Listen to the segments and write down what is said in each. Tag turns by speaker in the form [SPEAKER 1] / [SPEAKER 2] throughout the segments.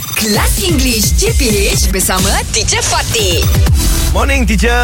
[SPEAKER 1] Kelas English CPH bersama Teacher Fatih.
[SPEAKER 2] Morning teacher.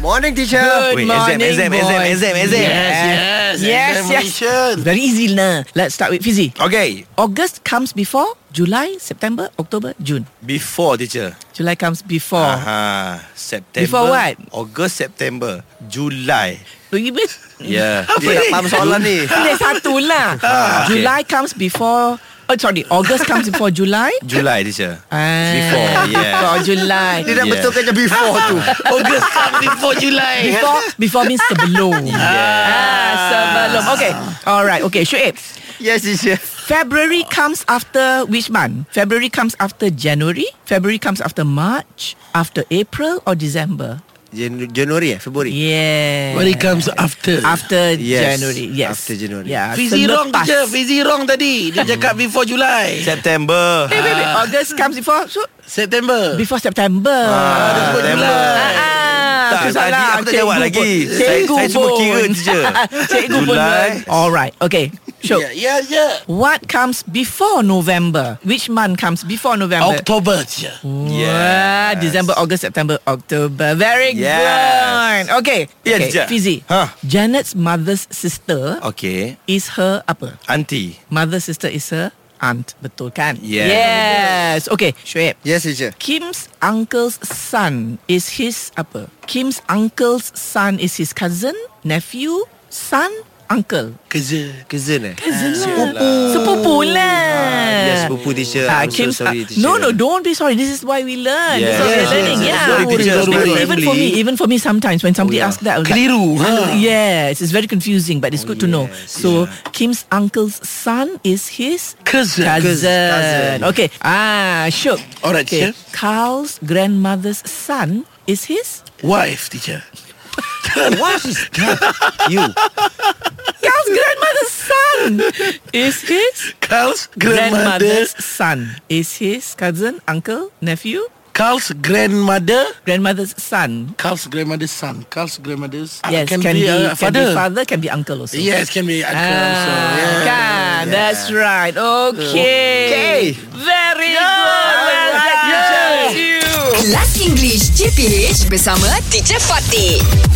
[SPEAKER 3] Morning teacher.
[SPEAKER 2] Wait, exam, exam, exam, exam,
[SPEAKER 3] Eh?
[SPEAKER 2] exam.
[SPEAKER 3] Yes, yes.
[SPEAKER 4] Yes,
[SPEAKER 3] examination.
[SPEAKER 4] Very easy lah. Let's start with easy.
[SPEAKER 2] Okay,
[SPEAKER 4] August comes before July, September, October, June.
[SPEAKER 2] before teacher.
[SPEAKER 4] July comes before. Uh-huh.
[SPEAKER 2] Aha, September.
[SPEAKER 4] Before what?
[SPEAKER 2] August, September, Julai.
[SPEAKER 4] You miss?
[SPEAKER 2] Yeah.
[SPEAKER 3] Ah. Dia tak faham soalan ni.
[SPEAKER 4] Ada satu lah.
[SPEAKER 2] Ah, okay.
[SPEAKER 4] July comes before. Oh sorry, August comes before July.
[SPEAKER 2] July teacher.
[SPEAKER 4] Ah,
[SPEAKER 2] Before, yeah.
[SPEAKER 4] Before July.
[SPEAKER 3] Dia dah
[SPEAKER 2] Yeah.
[SPEAKER 3] betulkan je before tu.
[SPEAKER 4] August comes before July. Before, before means sebelum. Ah, sebelum. Okay. Alright. Okay. Shuib.
[SPEAKER 3] Yes, teacher.
[SPEAKER 4] February comes after which month? February comes after January. February comes after March. After April or December.
[SPEAKER 3] Jan- Januari eh? Februari?
[SPEAKER 4] Yeah.
[SPEAKER 5] When it comes after
[SPEAKER 4] After
[SPEAKER 3] Yes,
[SPEAKER 4] January. Yes.
[SPEAKER 3] after January.
[SPEAKER 4] Yeah.
[SPEAKER 5] Fizi wrong
[SPEAKER 4] selepas.
[SPEAKER 5] je Fizi wrong tadi Dia cakap before July
[SPEAKER 2] September.
[SPEAKER 4] Wait, wait, wait. August comes before so
[SPEAKER 5] September
[SPEAKER 4] before September. Ah,
[SPEAKER 2] Tak,
[SPEAKER 4] Ah, tu
[SPEAKER 2] tadi
[SPEAKER 4] salah.
[SPEAKER 2] aku tak jawab
[SPEAKER 4] Cikgu
[SPEAKER 2] lagi.
[SPEAKER 4] pun-
[SPEAKER 2] Saya-
[SPEAKER 4] Cikgu
[SPEAKER 2] saya cuma
[SPEAKER 4] pun.
[SPEAKER 2] kira, teacher.
[SPEAKER 4] Cikgu pun.
[SPEAKER 2] Julai.
[SPEAKER 4] Alright. Okay. So,
[SPEAKER 5] Ya ya ya
[SPEAKER 4] what comes before November? Which month comes before November?
[SPEAKER 5] Oktober je
[SPEAKER 4] Wah,
[SPEAKER 2] Yes.
[SPEAKER 4] December, August, September, October. Very
[SPEAKER 2] Yes.
[SPEAKER 4] good. Okay.
[SPEAKER 2] Yes,
[SPEAKER 4] okay.
[SPEAKER 2] Jack.
[SPEAKER 4] Fizi.
[SPEAKER 2] Huh.
[SPEAKER 4] Janet's mother's sister
[SPEAKER 2] Okay,
[SPEAKER 4] is her apa?
[SPEAKER 2] auntie.
[SPEAKER 4] Mother's sister is her aunt. Betul kan?
[SPEAKER 2] Yeah.
[SPEAKER 4] Yes. Okay, Shoaib.
[SPEAKER 3] Yes, teacher.
[SPEAKER 4] Kim's uncle's son is his apa? Kim's uncle's son is his cousin, nephew, son, uncle.
[SPEAKER 5] Kerja
[SPEAKER 3] Cousin eh?
[SPEAKER 4] Cousin lah. Sepupu lah.
[SPEAKER 3] Yes, sepupu teacher.
[SPEAKER 2] Uh,
[SPEAKER 4] Ah,
[SPEAKER 3] I'm so
[SPEAKER 4] Kim's-
[SPEAKER 3] sorry,
[SPEAKER 4] ah,
[SPEAKER 3] teacher.
[SPEAKER 4] No, no, don't be sorry. This is why we learn.
[SPEAKER 2] Yes.
[SPEAKER 4] This is
[SPEAKER 2] Yes,
[SPEAKER 4] we're learning.
[SPEAKER 2] yes, yes.
[SPEAKER 4] Yeah.
[SPEAKER 2] Sorry, teacher,
[SPEAKER 4] Even-
[SPEAKER 2] sorry.
[SPEAKER 4] Even for me, even for me, sometimes when somebody asks that, I was like,
[SPEAKER 5] Keliru ha.
[SPEAKER 4] yes, it's very confusing, but it's good to know. So Kim's uncle's son is his
[SPEAKER 5] Kerja
[SPEAKER 4] cousin.
[SPEAKER 3] cousin.
[SPEAKER 4] Okay. Ah, sure.
[SPEAKER 5] Alright,
[SPEAKER 4] Okay.
[SPEAKER 5] sure.
[SPEAKER 4] Carl's grandmother's son is his.
[SPEAKER 5] Wife teacher
[SPEAKER 3] What is that? You.
[SPEAKER 4] Carl's grandmother's son is his.
[SPEAKER 5] Carl's grandmother
[SPEAKER 4] Grandmother's son is his cousin, uncle, nephew.
[SPEAKER 5] Carl's grandmother
[SPEAKER 4] Grandmother's son
[SPEAKER 5] Carl's grandmother's son Carl's grandmother's
[SPEAKER 4] Yes, Ah, can, be,
[SPEAKER 5] uh,
[SPEAKER 4] can be father, can be uncle also.
[SPEAKER 5] Yes can be uncle also.
[SPEAKER 4] Ah,
[SPEAKER 5] Yeah.
[SPEAKER 4] Kan, that's right. Okay. Very good. Well done.
[SPEAKER 1] Kelas English CPH bersama Teacher Fatih.